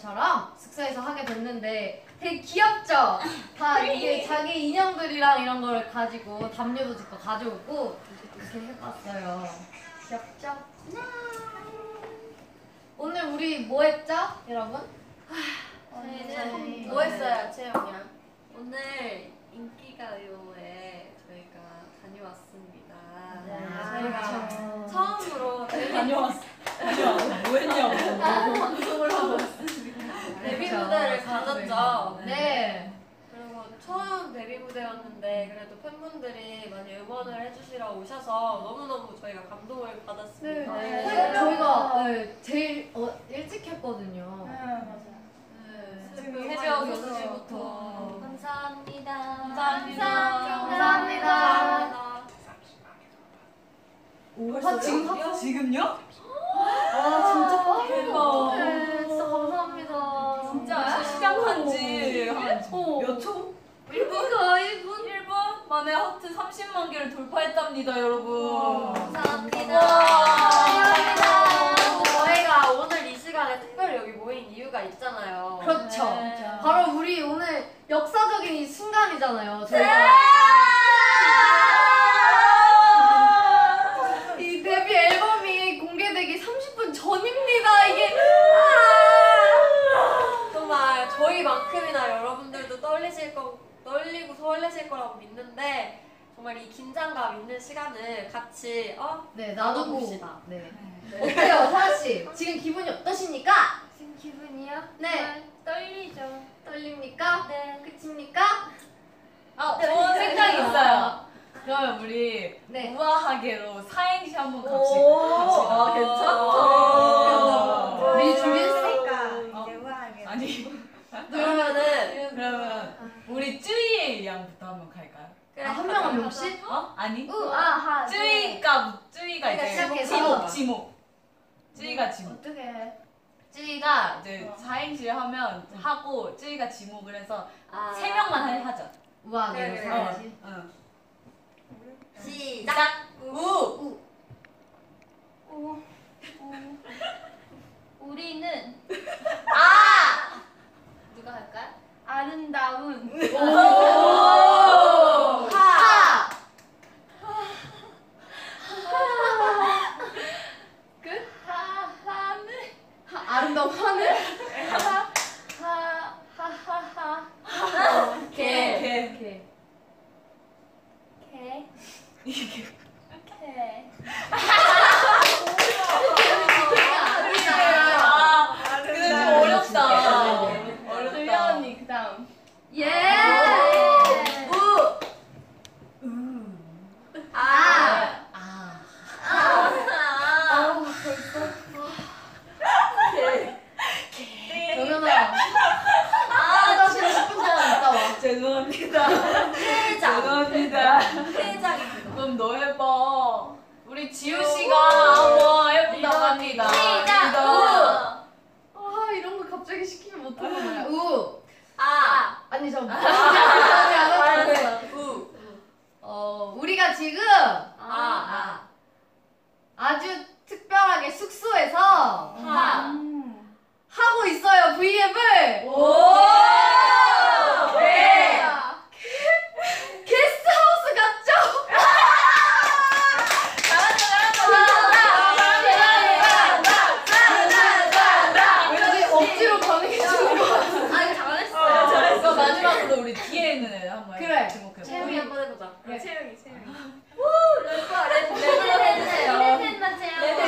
네, 네, 숙소에서 하게 됐는데 되게 귀엽죠? 다 이게 자기 인형들이랑 이런 거를 가지고 담요도 직접 가져오고 이렇게 해봤어요. 귀엽죠? 오늘 우리 뭐 했죠, 여러분? 저희는 뭐 했어요, 채영이야? 오늘 인기가요에 저희가 다녀왔습니다. 네. 아, 저희가 그렇죠. 처음으로 다녀왔어. 다녀왔어. 뭐 했냐고. 방송을 하고 왔습니다. 데뷔 무대를 가졌죠. 네. 그리고 처음 데뷔 무대였는데 그래도 팬분들이 많이 응원을 해주시러 오셔서 너무너무 저희가 감동을 받았습니다. 네, 네. 사실 저희가 네, 제일 어, 일찍 했거든요. 네. 지금 새벽 많이 6시부터 감사합니다. 감사합니다. 감사합니다. 감사합니다. 오, 아, 지금 벌써요? 지금요? 아 진짜 대박. 네, 진짜 감사합니다. 아, 진짜 시작한 지 어, 몇 초? 1분 거의 1분? 1분 만에 하트 30만 개를 돌파했답니다, 여러분. 감사합니다. 감사합니다. 그 저희가 오늘 이 시간에 특별히 여기 모인 이유가 있잖아요. 그렇죠. 네. 바로 우리 오늘 역사적인 이 순간이잖아요. 네. 저희가 이 데뷔 앨범이 공개되기 30분 전입니다. 이게 정말 저희만큼이나 여러분들도 떨리실 거, 떨리고 설레실 거라고 믿는데 정말 이 긴장감 있는 시간을 같이 어? 네 나누고 나눠봅시다. 네. 어때요, 서아 씨? 지금 기분이 어떠십니까? 지금 기분이요? 네. 떨리죠. 떨립니까? 네. 그칩니까? 아, 저는 생각이 있어요. 그러면 우리 네. 우아하게로 사행시 한번 갑시다. 아, 네. 괜찮다. 우리 준비했으니까. 이제 우아하게. 아니, 그러면은 그러면 우리 쯔이의 양부터 한번 갈까요? 그래, 아, 한 명 네. 한 명씩? 어? 아니? 우아하. 쯔이가, 쯔이가 그러니까 이제 시작해서. 지목, 지목. 쯔이가 지목. 어떻게? 쯔이가 이제 사행시를 하면 하고 쯔이가 지목을 해서 아, 세 명만 하- 하자. 우아하게 네, 사야지. 응. 시작. 우! 오. 우리는 아! 누가 할까요? 아름다운 오! 하! 아! 그 하하는 아름다운 하늘? 하하하하 개. 개. 이렇게. 개. 이게 개. 아, 근데 좀 어렵다. 주연 언니 그다음. 예! 우! 아! 아! 아. 아! 정연아. 아, 나 지금 10분 동안 있다 와. 죄송합니다. 회장. 죄송합니다. 회장입니다. 그럼 너 해봐. 우리 지우 씨가 한번 해본다고 합니다. 리더. 시작! 아, 이런 거 갑자기 시키면 못하잖아요. 우! 우! 아! 아니, 저. 아, 우! 어, 우리가 지금 아! 아주 특별하게 숙소에서 아! 하! 하고 있어요, V앱을! 오! 네! 게스트하우스 같죠? 왠지 억지로 반응해주는 거 같아. 아, 잘했어. 잘했어. 마지막으로 우리 뒤에 있는 애 한번 해- 그래. 주목해봐. 채영이 한번 해보자. 그래. 채영이, 채영이. 우! 렛츠고, 렛 렛츠고 해주세요.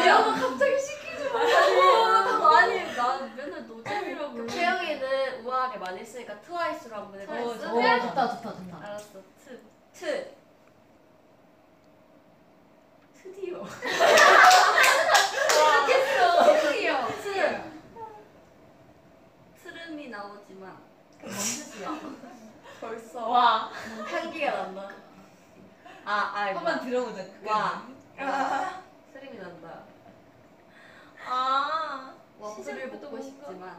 이런 거 갑자기 시키지 마. 아니, 난 맨날 노잼이라고. 그럼 채영이는 우아하게 많이 했으니까 트와이스로 한번 해봐. 트와이스? 어, 오, 좋다, 좋다, 좋다. 알았어. 트. 트. 트디오. 이렇게 했어. 귀여워. 트. 트름이 나오지만 그뭔 뜻이야? 벌써 와. 향기가 난다. 아, 아, 이거. 한번 들어보자. 와. 트름이 난다. 아. 와플을 먹고 싶지만.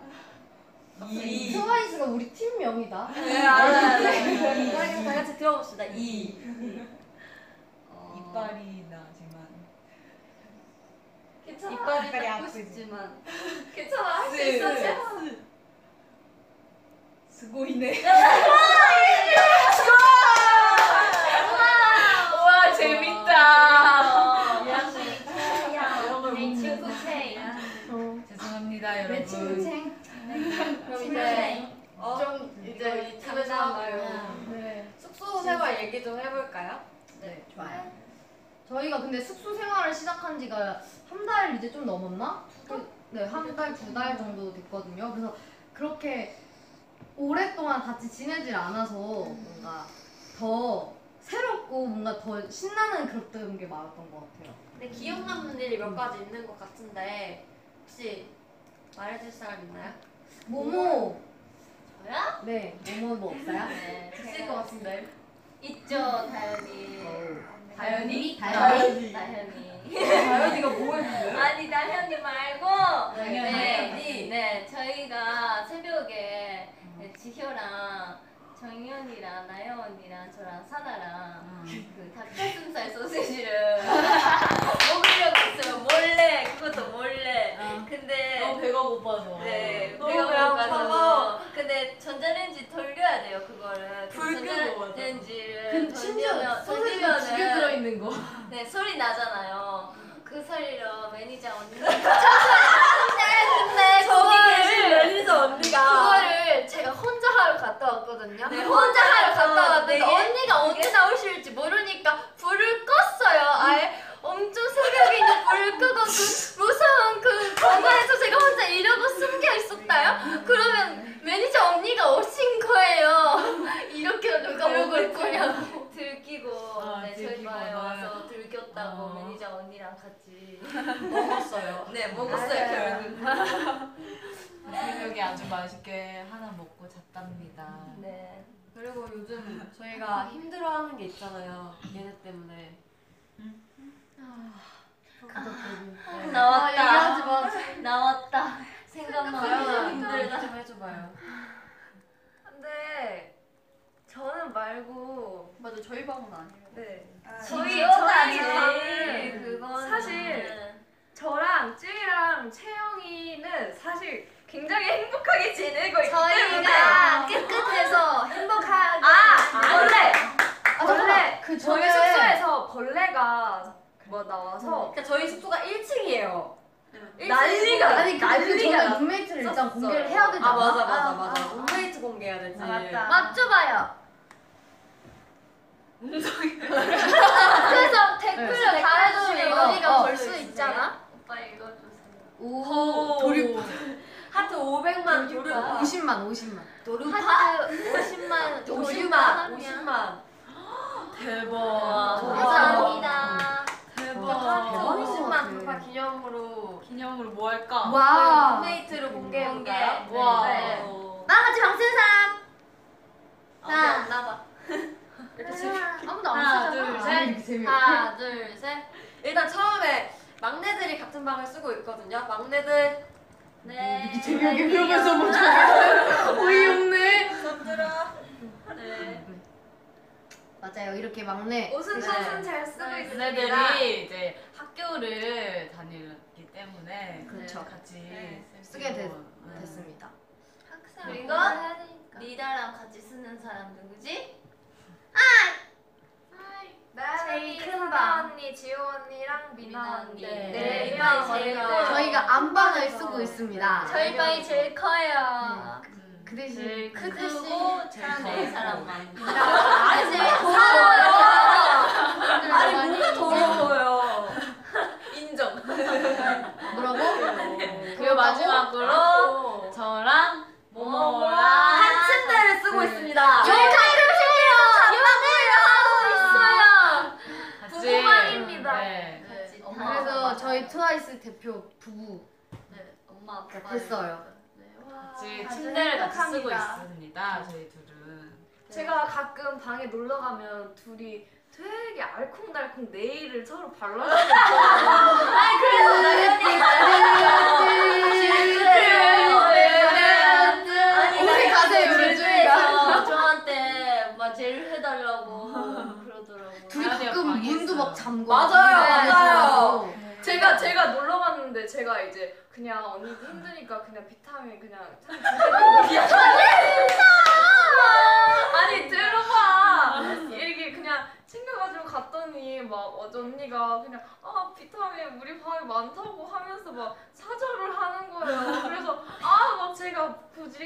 이. 트와이스가 우리 팀명이다. 네, 알아요. 네. 다 같이 들어봅시다. 이. 어, 이빨이 나지만. 네. 괜찮아. 이빨이 닦고 싶지만 괜찮아 할 수 있어 네. 채 무고이네. 우와 어, 재밌다. 이런 걸 내 못 친구 친구. 채 어. 죄송합니다 내 친구 여러분. 챙. 그럼 이제 친구네. 어, 좀 이제 음. 이제 이틀에 나와요. 네. 숙소 생활 얘기 좀 해볼까요? 네, 좋아요. 저희가 근데 숙소 생활을 시작한 지가 한 달 이제 좀 넘었나? 그, 네, 한 달 두 달 정도 됐거든요. 그래서 그렇게 오랫동안 같이 지내질 않아서 뭔가 더 새롭고 뭔가 더 신나는 그런 게 많았던 것 같아요. 근데 네, 기억 남는 일이 몇 가지 있는 것 같은데 혹시 말해줄 사람 있나요? 모모, 저요? 네, 모모 뭐 없어요? 네. 있을 것 같은데. 있죠 다현이. 다현이? 다현이. 다현이. 다현이가 뭐 했는데? 아니 다현이 말고 당연히. 네, 네 저희가 새벽에 네, 지효랑 정연이랑 나연 언니랑 저랑 사나랑 그 닭가슴살 소시지를 먹으려고 했어요 몰래 그것도 몰래 근데 너무 배가 고파서. 네 너무 배가 배고파서. 고파서 근데 전자레인지 돌려야 돼요 그거를 그 불 끄고 전자레인지를 근데 심지어 돌리면 소세지 두개 돌리면은 들어있는 거. 네 소리 나잖아요. 그 소리로 매니저 언니가 근데 저거를 저거를 멜리사 언니가 그거를 제가 혼자 하러 갔다 왔거든요. 네, 혼자 어, 네. 하러 갔다 왔는데 되게- 언니가 언제 나오실지 모르니까 불을 껐어요. 아예 엄청 새벽에 있는 불을 끄고 그 무서운 그 공간에서 제가 혼자 이러고 숨겨 있었다요. 그러면 매니저 언니가 오신 거예요. 이렇게 누가 먹을 거냐고 들키고 아, 네, 들키고 저희가 나요. 와서 들켰다고 어. 매니저 언니랑 같이 먹었어요. 네 먹었어요, 결국은. 새벽에 아주 맛있게 하나 먹고 잤답니다. 네. 그리고 요즘 저희가 힘들어하는 게 있잖아요. 얘네 때문에. 네. 아, 나왔다. 얘기하지 마. 나왔다. 생각나요. 아, 아, 힘들다 좀 해줘봐요. 근데 저는 말고 맞아 저희 방은 아니에요. 네 저희 저희 저희 저는 그거는 네. 사실 저랑 쯔이랑 채영이는 사실 굉장히 행복하게 지내고 있기 때문에 저희가 깨끗해서 행복하게 아 벌레 아, 벌레 그 저희 전에- 숙소에서 벌레가 뭐 나와서 그러니까 저희 네. 숙소가 1층이에요. 난리가 아니 근데 그 난리가 전에 났 룸메이트를 일단 났었어요. 공개를 해야 되잖아. 아 맞아 맞아 맞아. 룸메이트 공개해야 되지. 아, 맞다. 맞춰봐요. 네. 그래서 댓글을 댓글 달아주면 달아주면 우리가 어, 볼 수 있잖아. 오빠 읽어주세요. 오, 도륙. 하트 아, 500만 도륙. 그러니까. 50만, 50만. 하트 50만 50만 50만. 대박. 뭐 감사합니다. 어, 대박. 대박인 것 하트 50만 같아. 돌파 기념으로 기념으로 뭐 할까? 그렇죠. 와. 저희 룸메이트를 음, 공개해볼까요? 공개. 와. 아, 그 네. 어. 나 같이 방탄사. 하나, 나봐. 이렇게 지 네, 아무도 안 하나, 쓰잖아. 둘, 아, 이렇게 재미없어. 하나, 둘, 셋. 일단 처음에 막내들이 같은 방을 쓰고 있거든요. 막내들 네. 이렇게 재미없게 배우면서 뭐 좋아. 어이없네. 네. 맞아요. 이렇게 막내. 옷은 네. 네. 잘 쓰고 네. 있습니다 얘네들이 이제 학교를 다니기 때문에 그렇죠. 같이 네. 쓸수 쓰게 됐- 있고. 네. 됐습니다. 학생 그리고 리다랑 같이 쓰는 사람 누구지? 나연이, 제일 큰 사나 방. 네, 언니, 지호 언니랑 미나 미나 언니 언니. 네, 네 미나 명 언니가 저희가 저희가 안방을 쓰고 있습니다. 저희 방이 제일 커요. 음. 그 대신 그 그 대신 크고 잘는 커요. 사람만. 아니 어, 아니 뭐가 더러워요. 인정. 뭐라고? 그리고 마지막으로 어. 저랑 뭐 모모랑 모모랑 한 침대를 네. 쓰고 있습니다. 아, 네. 같이 부부방입니다. 네. 같이 엄마, 그래서 저희 트와이스 대표 부부 네, 엄마 아빠 됐어요. 네, 와. 같이 다들 침대를 같이 쓰고 행복합니다. 있습니다. 저희 둘은 제가 가끔 방에 놀러 가면 둘이 되게 알콩달콩 네일을 서로 발라주고 그래서 네. 나연이 아, 어디 가세요, 우리 집에서 저한테 뭐 막 젤 해달라고 그러더라고요. 둘이 다현이가 가끔 문도 방에 막 있어요. 잠궈. 맞아요, 맞아요. 제가 제가 놀러 갔는데 제가 이제 그냥 언니 힘드니까 그냥 비타민 그냥 참기름 아, 아,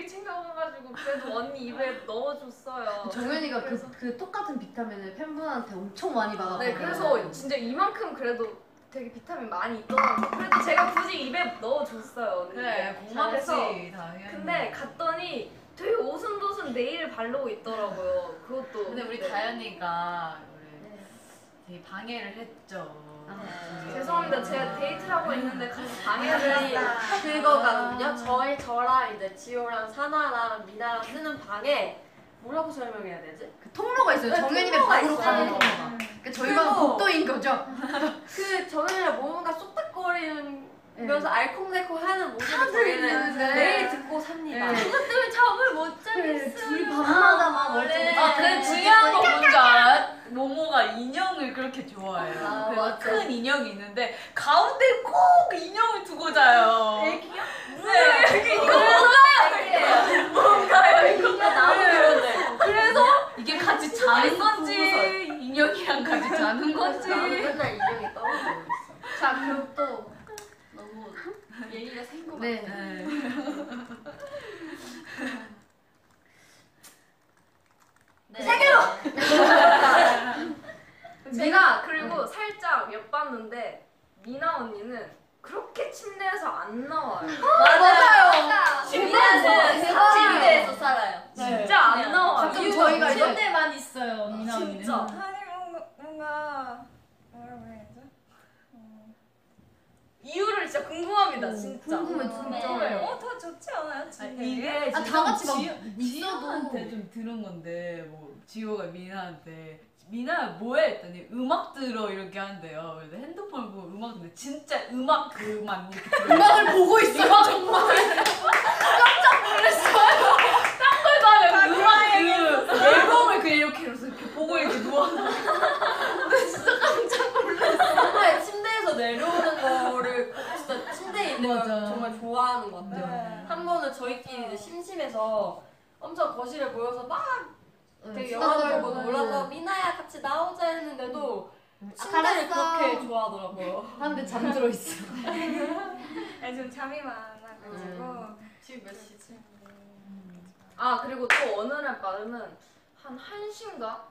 챙겨가가지고 그래도 언니 입에 넣어줬어요. 정현이가 그래서- 그, 그 똑같은 비타민을 팬분한테 엄청 많이 아, 받았거든요. 네, 그래서 진짜 이만큼 그래도 되게 비타민 많이 있더라고요. 그래도 제가 굳이 입에 넣어줬어요. 언니. 그래 잘해서. 네, 고맙지 음. 당연히. 네, 근데 갔더니 되게 오순도순 네일을 바르고 있더라고요. 그것도. 근데 우리 네. 다현이가 우리 되게 방해를 했죠. 네. 아, 죄송합니다. 제가 데이트를 하고 음. 있는데 같이 방해를 그거거든요. 저희 저랑 이제 지호랑 사나랑 미나랑 쓰는 방에 뭐라고 설명해야 되지? 그 통로가 있어요. 네, 정현이네 통로가 방으로 있어요. 네. 가는 통로가. 그러니까 저희가 그리고- 복도인 거죠. 그 저희랑 뭔가 네. 쏙닥거리면서 알콩달콩하는 모습을 저희는 있는데. 매일 듣고 삽니다. 네. 그것 때문에 잠을 못 자겠어요. 둘이 뭐 밤마다 막 원래. 아 근데 중요한 건 뭔지 알아? 모모가 인형을 그렇게 좋아해요. 아, 그래서 맞아. 큰 인형이 있는데 가운데 꼭 인형을 두고 자요. 애기야? 네. 이거 네. 뭔가요? 이거 뭔가요? 이거 그래서 이게 같이 아, 자는 건지 인형이랑 같이 자는 그래서 건지 나도 네. 맨날 인형이 떠오르고 있어. 자 그럼 또 너무 얘기가 생각. 네. 네. 세 개로. 그 음. 제가 그리고 살짝 엿봤는데 미나 언니는 그렇게 침대에서 안 나와요. 맞아요. 침대에서 살아요. 침대에서 살아요. 진짜 안 나와요. 가끔 저희가 이제 침대만 있어요. 언니나 언니는. 진짜. 아니 뭔가 뭔가 뭐라고 해야 되지? 어, 이유를 진짜 궁금합니다. 진짜. 네. 궁금해 진짜. 어, 더 좋지 않아요? 침대 위에? 이게 다 지금 같이 막 뭐. 지효- 지효한테 있어도. 좀 들은 건데 뭐 지효가 미나한테 미나 뭐해 했더니 음악 들어 이렇게 한대요. 그래서 핸드폰 보고 음악 듣는데 진짜 음악 그만 이렇게 들어. 음악을 보고 있어요 정말. 깜짝 놀랐어요. 딴걸 봐요. 그 음악 그 앨범을 그냥 이렇게 이러면서 이렇게 보고 이렇게 누워. 정말 침대에서 내려오는 거를 진짜 침대에 있는 걸 맞아. 정말 좋아하는 것 같아요. 네. 한 번은 저희끼리 이제 심심해서 엄청 거실에 모여서 막 되게 수다 영화를 떨고. 보고 놀라서 미나야 같이 나오자 했는데도 침대를 알았어. 그렇게 좋아하더라고요. 하는데 네. 잠들어 있어. 아니 좀 잠이 많아가지고 음. 지금 몇 시지? 아 그리고 또 어느 날 밤은 한 1시인가?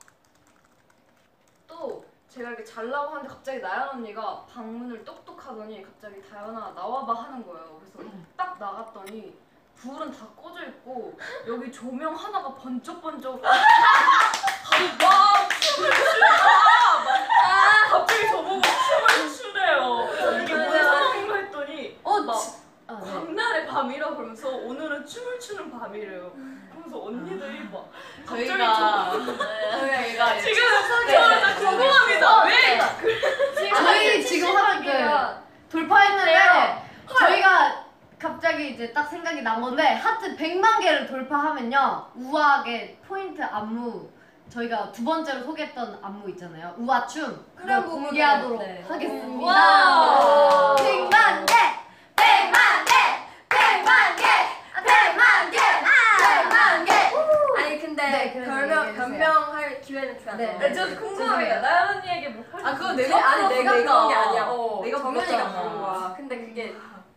또 제가 이렇게 잘라고 하는데 갑자기 나연 언니가 방문을 똑똑 하더니 갑자기 다연아 나와봐 하는 거예요 그래서 딱 나갔더니 불은 다 꺼져 있고 여기 조명 하나가 번쩍번쩍 갑자기 와 춤을 추다 막 갑자기 저보고 춤을 추래요 이게 아, 뭔 상황인가 했더니 막 아, 네. 광날의 밤이라 그러면서 오늘은 춤을 추는 밤이래요. 그러면서 언니들이 막 저희가 저희가 지금 네. 저 궁금합니다. 왜? 네. 저희 지금 하는 그 네. 돌파했는데 저희가 갑자기 이제 딱 생각이 난 건데 하트 100만 개를 돌파하면요 우아하게 포인트 안무 저희가 두 번째로 소개했던 안무 있잖아요 우아춤 그런 그걸 부분을, 공개하도록 네. 하겠습니다 와우. 100만 개 100만 개 100만 개 100만 개 100만 개 아니 근데 네, 그래서 별명 얘기해주세요. 변명할 기회는 아, 줘야죠. 네. 네, 저 궁금합니다. 나연 언니에게 뭐 못 보여. 아 그거 제- 내가 아니 내가 불렀어, 그런 게 아니야. 어, 내가 정연이가 불렀잖아. 그런 거야. 음. 어. 근데 그게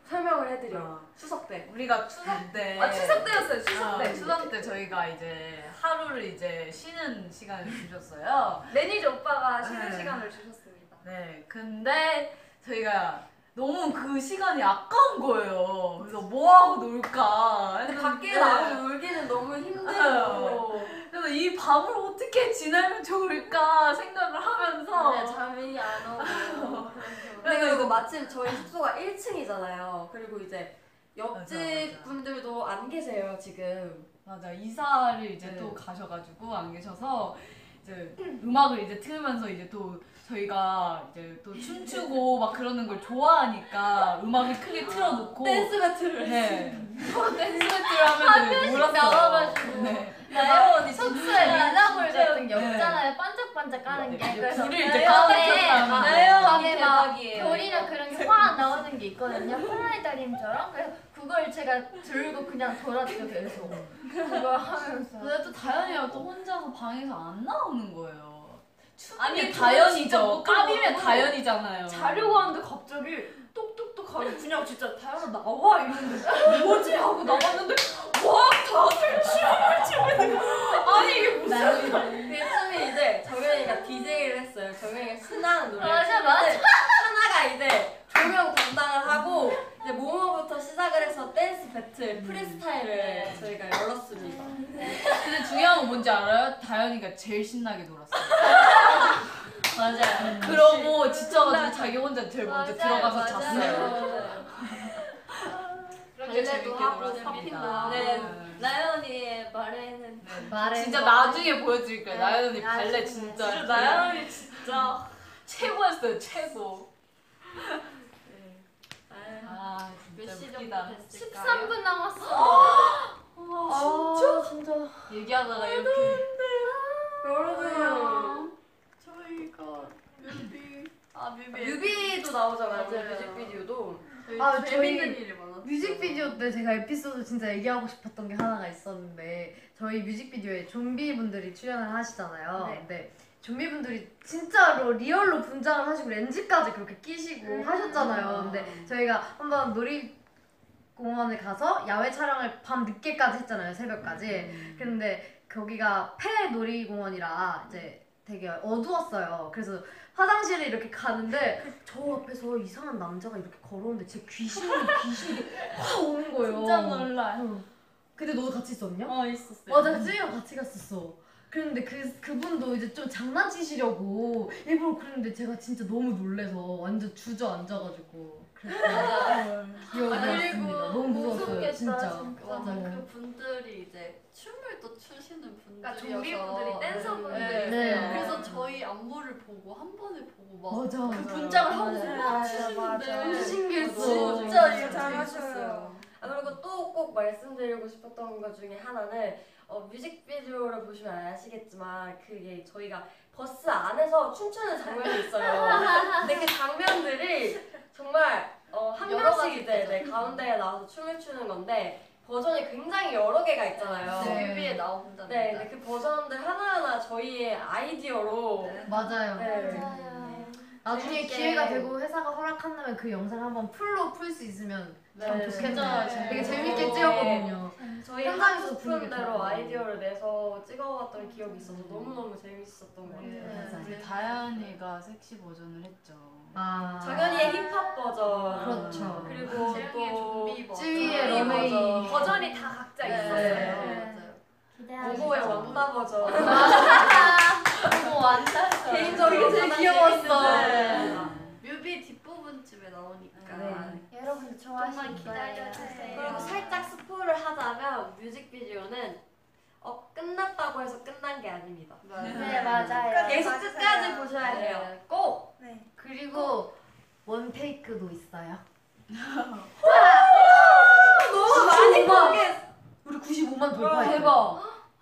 설명을 해드려. 추석 때. 우리가 추석 때 아 추석 때였어요. 추석 아, 때. 추석 때 저희가 이제 하루를 이제 쉬는 시간을 주셨어요. 매니저 오빠가 쉬는 네. 시간을 주셨습니다. 네, 근데 저희가 너무 그 시간이 아까운 거예요. 그래서 뭐 하고 놀까. 근데 했는데 밖에 나가서 놀기는 너무 힘들고. 그래서 이 밤을 어떻게 지내면 좋을까 생각을 하면서 네, 잠이 안 오고. 근데 그래서 그리고 마침 저희 숙소가 1층이잖아요. 그리고 이제 맞아, 옆집 맞아. 분들도 안 계세요 지금. 맞아 이사를 이제 네. 또 가셔가지고 안 계셔서 이제 음악을 이제 틀면서 이제 또 저희가 이제 또 춤추고 막 그러는 걸 좋아하니까 음악을 크게 틀어놓고 댄스 배틀을. 네. 댄스 배틀 하면 몰랐어요. 나와가지고. 네. 나요 언니 숙소에 밀라볼 진짜 같은 게 없잖아요. 네. 반짝반짝 까는 게. 이제 불을 이제 아, 그다음에 깜빡했다. 밤에 막 대박이에요. 별이랑 그런 게 확 나오는 게 있거든요. 플라이다림처럼. 그래서 그걸 제가 들고 그냥 돌았죠 계속. 그걸 하면서. 근데 또 다현이가 또 혼자서 방에서 안 나오는 거예요. 아니, 아니 진짜 다현이죠. 못 까비면 들어가고. 다현이잖아요. 자려고 하는데 갑자기 똑똑똑 하고 그냥 진짜 다연아 나와 이러는데 뭐지 하고 나왔는데 그쯤이 이제 정현이가 DJ를 했어요. 정현이가 신나는 노래. 맞아, 맞아. 하나가 이제 조명 담당을 하고 이제 모모부터 시작을 해서 댄스 배틀 프리스타일을 저희가 열었습니다. 근데 중요한 건 뭔지 알아요? 다현이가 제일 신나게 놀았어요. 맞아요. 음, 그러고 지쳐가지고 자기 혼자 제일 먼저 맞아요, 들어가서 맞아요. 잤어요. 네. 네. 발레도 하고 놀았습니다. 팝핑도 네, 네. 나연 언니의 말에는 말해. 진짜 나중에 보여드릴게요. 네, 나연 언니 발레 나중에. 진짜. 진짜 나연 언니 진짜 최고였어요, 최고. 아유, 아, 몇 진짜 시 웃기다. 정도 됐을까요? 13분 남았어. 어, 아, 진짜. 얘기하다가 이렇게. 아. 여러분 저희가 뮤비 아 뮤비 뮤비도 나오잖아요. 맞아요. 뮤직비디오도 아, 재밌는 저희 일이 많았어요. 뮤직비디오 때 제가 에피소드 진짜 얘기하고 싶었던 게 하나가 있었는데 저희 뮤직비디오에 좀비분들이 출연을 하시잖아요. 네. 근데 좀비분들이 진짜로 리얼로 분장을 하시고 렌즈까지 그렇게 끼시고 하셨잖아요. 근데 저희가 한번 놀이공원에 가서 야외 촬영을 밤 늦게까지 했잖아요. 새벽까지. 근데 거기가 폐 놀이공원이라 이제 되게 어두웠어요. 그래서 화장실에 이렇게 가는데 그 저 앞에서 이상한 남자가 이렇게 걸어오는데 제 귀신이 귀신이 확 오는 거예요. 놀라요. 응. 근데 너도 같이 있었냐? 어, 있었어요. 맞아, 쯔이랑 같이 갔었어. 그런데 그 그분도 이제 좀 장난치시려고 일부러 그랬는데 제가 진짜 너무 놀래서 완전 주저앉아가지고 그랬어요. 기억이 아, 났습니다. 너무 무서웠어요, 무섭겠다, 진짜. 진짜. 맞아 어. 그 분들이 이제 춤을 또 추시는 분들이어서 그러니까 좀비분들이 댄서분들이 네. 네. 어, 그래서 저희 안무를 보고 한 번에 보고 막 맞아. 그 맞아. 분장을 하고 맞아. 막 네. 너무 추시는데 신기했어. 진짜 진짜 재밌었어요. 잘하셔요. 아, 그리고 또 꼭 말씀드리고 싶었던 것 중에 하나는 어, 뮤직비디오를 보시면 아시겠지만 그게 저희가 버스 안에서 춤추는 장면이 있어요. 근데 그 장면들이 정말 어, 한 여러 가지 명씩 이제 있죠. 네, 가운데에 나와서 춤을 추는 건데 버전이 굉장히 여러 개가 있잖아요. 네. 네. 뮤비에 나온답니다. 근데 그 버전들 하나하나 저희의 아이디어로 맞아요. 네. 나중에 재밌게. 기회가 되고 회사가 허락한다면 그 영상 한번 풀로 풀 수 있으면 참 네. 좋겠네요. 진짜 되게 재밌- 재밌게 찍었거든요. 저희 현장에서 하고 부르게 싶은 되는 대로 거. 아이디어를 내서 찍어왔던 기억이 있어서 너무너무 재밌었던 것 같아요. 맞아. 우리 다현이가 섹시 버전을 했죠. 아, 정연이의 힙합 아, 버전 그렇죠. 그리고 또 쯔위의 네, 러메이 맞아. 버전이 다 각자 네. 있었어요. 모모의 왕바 버전 너무 완전. 개인적으로 제일 네. 귀여웠어 뮤비 뒷부분쯤에 나오니까 네. 여러분 좀만 기다려주세요. 그리고 살짝 스포를 하자면 뮤직비디오는 어, 끝났다고 해서 끝난 게 아닙니다 네 맞아요. 계속 끝까지 보셔야 돼요 꼭! 네. 그리고 원테이크도 있어요. 너무 많이 대박. 보게 우리 95만 와, 돌파했어요. 아,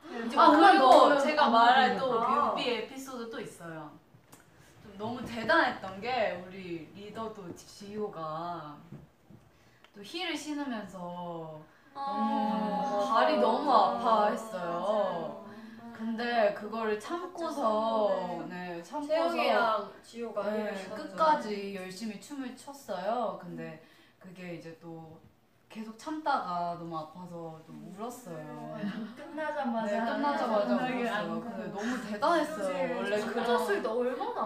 그리고 그리고 제가 안 말할 또 보이는구나. 뮤비 에피소드 또 있어요. 좀 너무 대단했던 게 우리 리더도 지효가 또 힐을 신으면서 너무 어, 발이 너무 아파했어요. 근데 그거를 참고서 네 참고서 채영이랑 지효가 네, 끝까지 열심히 춤을 췄어요. 근데 그게 이제 또 계속 참다가 너무 아파서 또 울었어요. 끝나자마자 네, 끝나자마자 끝나게 울었어요. 안 근데 가요. 너무 대단했어요. 원래 그런 때 얼마나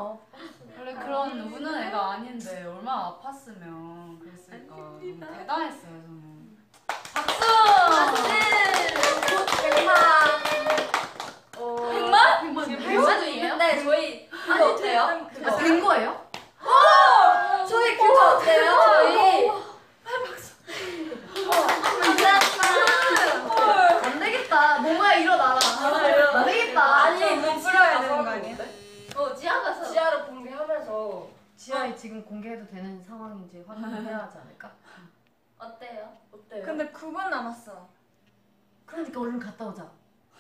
원래 그런 우는 애가 아닌데 얼마나 아팠으면 그랬을까. 너무 대단했어요 저는. 박수. 아, 네, 백만이에요? 근데 저희 그거 어때요? 그거 아, 아, 된 거예요? 저희 그거 어때요? 저희 안 되겠다. 뭐야 일어나라. 안 되겠다. 아, 아니 눈부려야 되는 거 아니야? 어 지하가서 지하로 공개하면서 지하에 지금 공개해도 되는 상황인지 확인해야 하지 않을까? 어때요? 어때요? 그 아, 근데 9분 남았어. 그러니까 얼른 갔다 오자.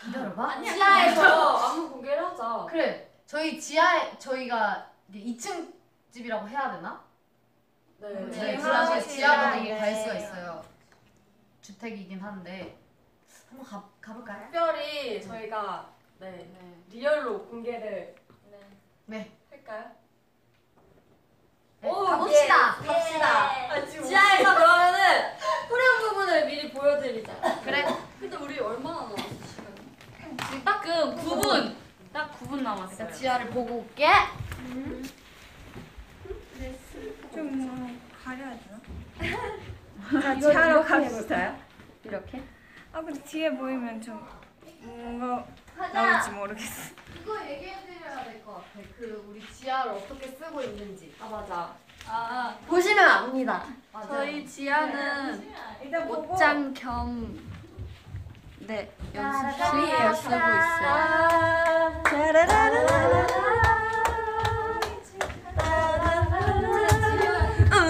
기다려봐. 지하에서 아무 공개를 하자. 그래. 저희 지하에 저희가 이제 2층 집이라고 해야 되나? 네. 네. 그 지하 지하에 지하 지하로 되게 네. 갈 수가 있어요. 주택이긴 한데 한번 가 가볼까요? 특별히 저희가 네 네. 리얼로 공개를 네. 할까요? 네, 오, 가봅시다. 예, 아, 갑시다. 지하에서 그러면은 후렴 부분을 미리 보여드리자. 그래. 지금 9분 그 딱 9분 남았어요. 지하를 보고 올게. 좀 가려야 되나? 같이 하러 가볼까요? 이렇게 아 근데 뒤에 보이면 좀 뭔가 나올지 모르겠어. 그거 얘기해드려야 될 것 같아. 그 우리 지하를 어떻게 쓰고 있는지. 아 맞아. 아, 보시면 압니다. 뭐 저희 지아는 네. 일단 보고 옷장 겸네 네, 연습실에 따라따라 쓰고 있어요.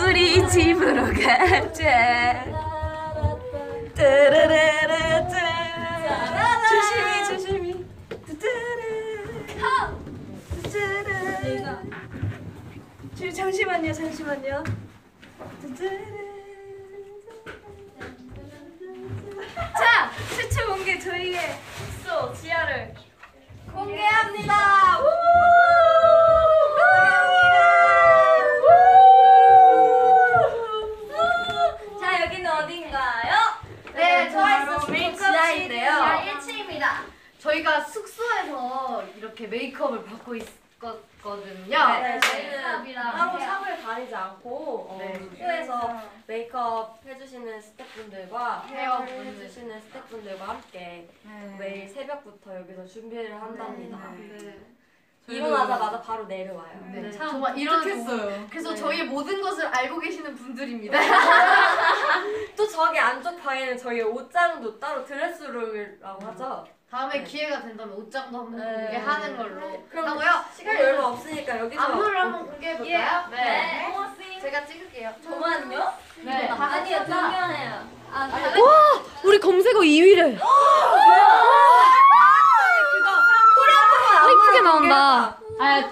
우리 집으로 가자. 조심히 조심히. 주- 잠시만요 잠시만요. 자 최초 공개 저희의 숙소 지하를 공개합니다. 자 여기는 어딘가요? 네, 트와이스 메이크업 지하인데요. 네, 지하 1층입니다. 저희가 숙소에서 이렇게 메이크업을 받고 있었거든요. 네, 저희는 따로 네. 상을 가리지 않고 어, 네. 숙소에서 메이크업 해주시는 스태프분들과 헤어 해주시는 스태프분들과 함께 네. 매일 새벽부터 여기서 준비를 한답니다. 일어나자마자 바로 내려와요. 네, 네, 참 정말 정말 이런 이런 했어요. 그래서 저희의 모든 것을 알고 계시는 분들입니다. 또 저기 안쪽 방에는 저희 옷장도 따로 드레스룸이라고 하죠. 다음에 네. 기회가 된다면 옷장도 한번 네. 공개하는 걸로. 그럼 하고요. 네. 시간이 얼마 예. 없으니까 여기서 안무를 한번 공개해볼까요? 네. 제가 찍을게요. 저만요? 네. 아니요 동현해요. 아, 다 우리 검색어 2위래. 아, 이쁘게 나온다. 아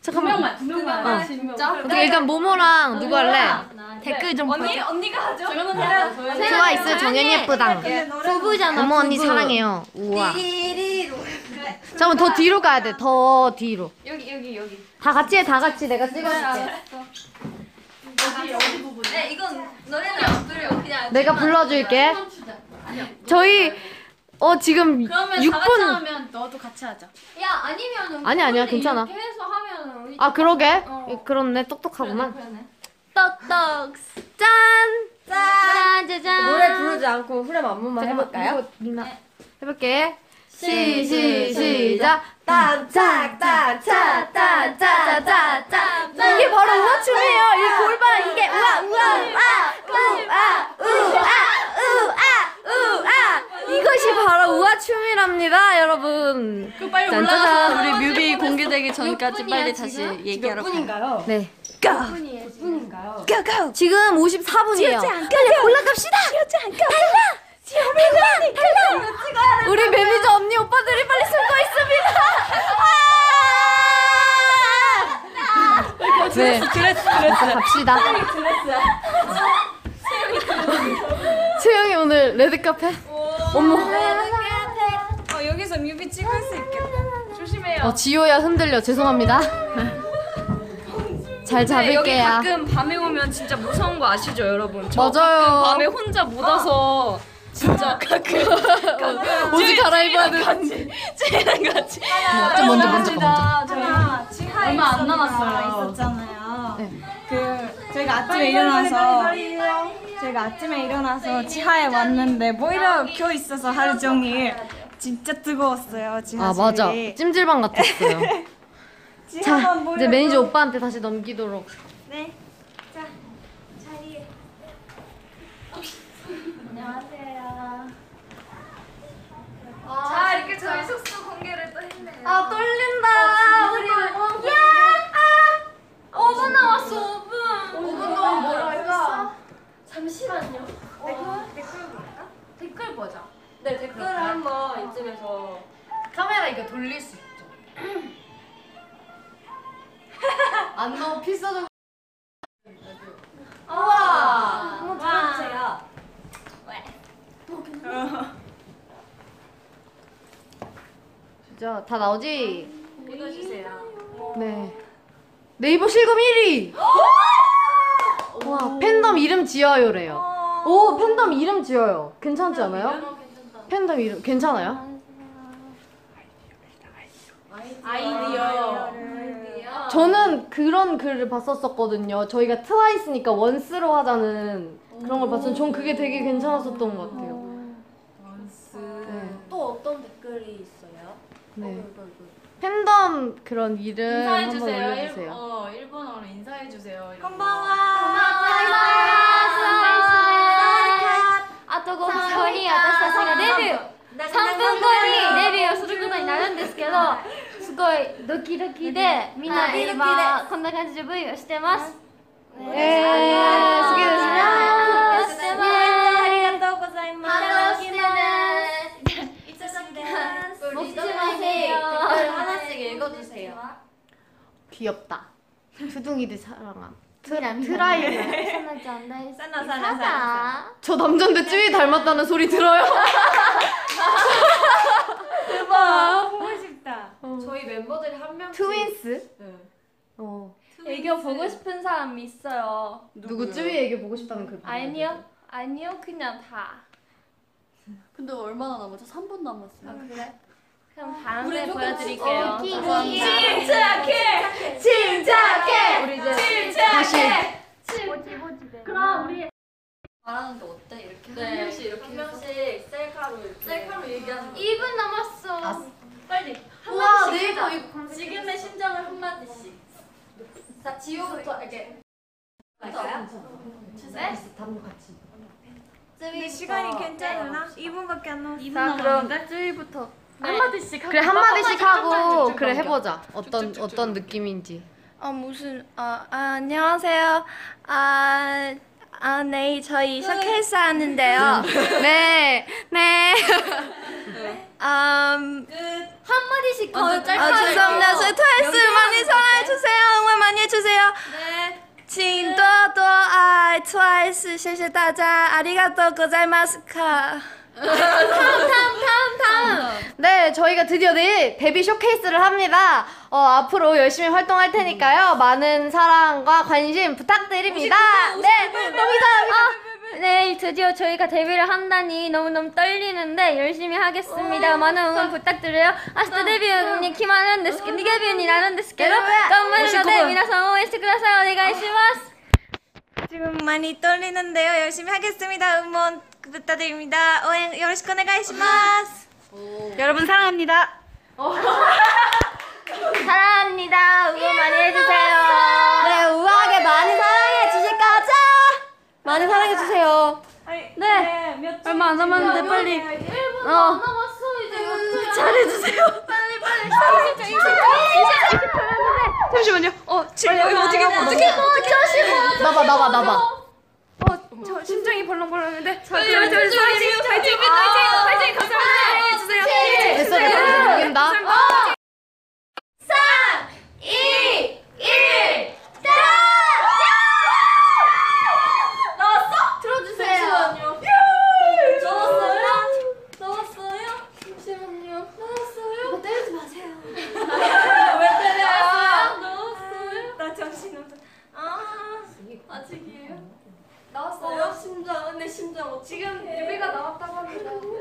잠깐만. 두 명만 아, 진짜? 네. 근데 일단 모모랑 누구 할래? 누구야? 댓글 좀 네. 언니 언니가 하죠. 네. 저희 언니랑 저희 언니. 좋아, 있어요, 정연이 예쁘다. 부부잖아. 모모 언니 사랑해요. 우와. 띠리로. 잠깐만 더 뒤로 가야 돼. 더 뒤로. 여기 여기 여기. 다 같이 해. 다 같이 내가 찍어줄게. 어디 어디 부분? 네 이건 노래는 안 부르요. 그냥 내가 그만 불러줄게. 춤만 추자. 저희 어 지금 그러면 다 같이 6분 하면 너도 같이 하자. 야 네. 아니면은 아니, 아니야, 그분이 괜찮아. 이렇게 해서 하면은 우리 아 그러게. 어. 그렇네. 똑똑하구만. 그러네. 떡떡 짠! 짠! 짜자잔. 노래 부르지 않고 후렴 안무만 잠깐만, 해볼까요? 이거 누나 네. 해볼게. 시, 시, 시작. 딴짝 딴짝 딴짝 딴짝 이게 바로 우아춤이에요. 이 골반 이게 우아 우아 우아 우아 우아 우아 우아 이것이 바로 우아춤이랍니다, 여러분. 그 빨리 짠짜잔 올라가서 우리 뮤비 공개되기 전까지 빨리 지금? 다시 얘기하러 가요. 분인가요? 네. 분인가요? 지금 54분이에요. 빨리 올라갑시다. 달라. 달라. 달라. 우리 매니저 언니 오빠들이 빨리 숨고 아. 있습니다. 네. 드레스 드레스 드레스 갑시다. 채영이 오늘 레드카페? 어머. 어, 여기서 뮤비 찍을 수 있겠다. 조심해요. 어 지효야 흔들려 죄송합니다. 잘 근데 여기 잡을게요. 가끔 밤에 오면 진짜 무서운 거 아시죠, 여러분? 저 맞아요. 밤에 혼자 못 와서 진짜 가끔 옷이 갈아입어야 되는지. 쟤랑 같이 먼저 먼저 아, 먼저 먼저. 얼마 안 남았어요. 아, 네. 있었잖아요. 그 저희가 아침에 일어나서 저희가 아침에 일어나서 지하에 왔는데 뭐 모이라 켜 있어서 하루 종일 진짜 뜨거웠어요 지하실이. 아 맞아 찜질방 같았어요. 지하만 자 이제 모이라고- 매니저 오빠한테 다시 넘기도록. 네. 자 자리에. 안녕하세요. 자 이렇게 저희 숙소 공개를 또 했네요. 아 어, 떨린다. 우리 어, 야, 아, 5분 남았어 5분. 5분 동안 뭐라 할까? 잠시만요. 댓글 보자. 네, 댓글을 한번 이쯤에서 카메라 이거 돌릴 수 있죠. 안 너무 필사적. 아, 우와! 한번 들어주세요. 진짜 다 나오지? 읽어주세요. 네. 네이버 실검 1위. 와 팬덤 이름 지어요래요. 오 팬덤 이름 지어요. 괜찮지 않아요? 팬덤 이름 괜찮아요? 아이디어. 저는 그런 글을 봤었었거든요. 저희가 트와이스니까 원스로 하자는 그런 걸 봤어요. 전 그게 되게 괜찮았었던 것 같아요. 그 네. 또 어떤 댓글이 있어요? 네. 어이구, 어이구. 팬덤 그런 이름 인사해 네, 한번 주세요. 일, 올려주세요. 어, 일본어로 인사해 주세요.あと5分 아, 後に私たちがデビュー3分後 네, 아, にデビューをすることになるんですけどすごいドキドキでみんな今こんな感じで V をしてますえー、すげえですね。してますありがとうございます。いただきますもちませよ 하나씩 읽어주세요. 귀엽다. 두둥이들 사랑함. 트, 트라이. 사나 사나 사나. 저 남잔데 쯔위 닮았다는 소리 들어요? 대박. 보고 싶다. 저희 멤버들이 한 명씩 트윈스? 네. 어. 애교 보고 싶은 사람 있어요 누구 쯔위에게 보고 싶다는 글. 봤는데. 네, 아니요 아니요 그냥 다 근데 얼마나 남았죠? 3분 남았어요. 아, 그래? 그럼 다음에 어, 보여드릴게요 조금 감사합니다. 우리 이제 다시 그럼 우리 말하는데 어때? 이렇게 한 명씩 네, 이렇게 한 명씩 셀카로 이렇게 셀카로 얘기하는 2분 남았어. 빨리 우와, 네이버 뭐 이거 지금의 심정을 한 마디씩. 자 지우부터 이렇게. 할까요? 네? 다음 같이. 근데 시간이 괜찮으나? 2분밖에 안 남았어. 2분 자, 남았는데. 그럼 쯔위부터 한 마디씩 하고 그래 한 아, 마디씩 하고 쭉쭉쭉쭉쭉 그래 넘겨. 해보자. 어떤 어떤 느낌인지. 아 무슨 아, 아 안녕하세요. 아, 아 내일 저희 셔케이스 하는데요. 네, 네. 음, 네. 한 마디씩 더 짧게. 아 죄송합니다. 저희 트와이스 많이 사랑해 주세요. 응원 많이 해주세요. 네. 请多多爱 트와이스 谢谢大家，ありがとうございます。 네, 저희가 드디어 내일 데뷔 쇼케이스를 합니다. 어, 앞으로 열심히 활동할 테니까요. 많은 사랑과 관심 부탁드립니다. 네, 너무 다. 네, 드디어 저희가 데뷔를 한다니 너무너무 떨리는데 열심히 하겠습니다. 많은 응원 부탁드려요. 아시다 데뷔는 기만은 데스케 데뷔는 나는 데스케로 어, 깜만하데 미나상 오해시ください. 오네가이시마스. 지금 많이 떨리는데요. 열심히 하겠습니다. 응원 부탁드립니다. 오행 よろしくお願いします. 여러분 사랑합니다. 사랑합니다. 응원 많이 해주세요. 네, 우아하게 많이 사랑해 주실 거죠? 많이 사랑해 주세요. 네. 얼마 안 남았는데 빨리 어. 남았어 이제 잘해주세요. 빨리 빨리. 이십 초, 이십 초, 이십 초 했는데. 잠시만요. 어 지금 이거 어떻게 어떻게 네. 나봐, 나봐, 나봐. 저 심장이 벌렁벌렁했는데. 어, 빨리 빨리 빨리 파이팅 파이팅 아. 파이팅 예, 감사합니다. 해주세요. 됐어, 됐어. 네. 이긴다. 예. 나 정신 없어. 예. 나왔어요? 심장. 근데 심장 지금 예배가 나왔다고 합니다. 아, 어, 그 어, 어,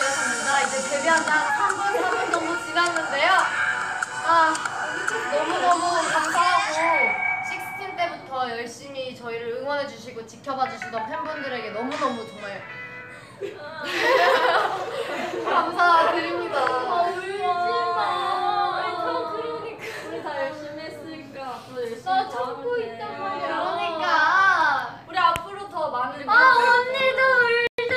아, 아, 드디어 딱 3분, 4분 정도 지났는데요. 아, 너무너무 감사하고, 16 때부터 열심히 저희를 응원해주시고 지켜봐주시던 팬분들에게 너무너무 정말 감사드립니다. 아, 그러니까 우리 다 열심히 했으니까 앞으로 열심히 나 어, 참고 있단 그러니까. 우리 앞으로 더 많은 아, 언니도 울잖아.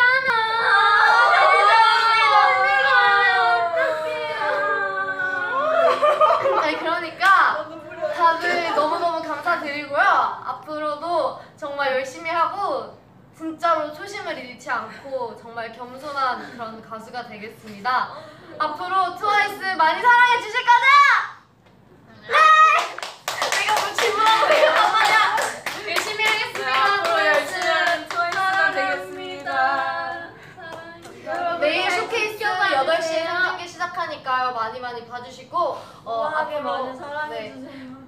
아니 그러니까 다들 너무너무 감사드리고요. 앞으로도 정말 열심히 하고 진짜로 초심을 잃지 않고 정말 겸손한 그런 가수가 되겠습니다. 아, 앞으로 트와이스 많이 사랑해 주실 거죠? 네! 내가 뭐 질문하고 이거 맞냐? 열심히 하겠습니다. 트와이스. 트와이스가 되겠습니다. 내일 네, 네, 쇼케이스 8시에 생중계 시작하니까요. 많이 많이 봐주시고 어, 우아하게 뭐? 네. 앞으로 많이 사랑해주세요.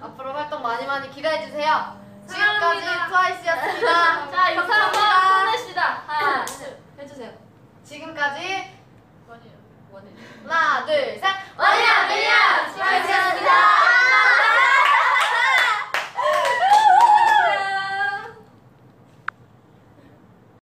앞으로 활동 많이 많이 기대해주세요. 지금까지 트와이스였습니다. 자, 감사합니다. 끝냅시다. 하나, 둘, 해주세요. 지금까지 원해요. 원해요. 하나, 둘, 셋. 와이어! 네.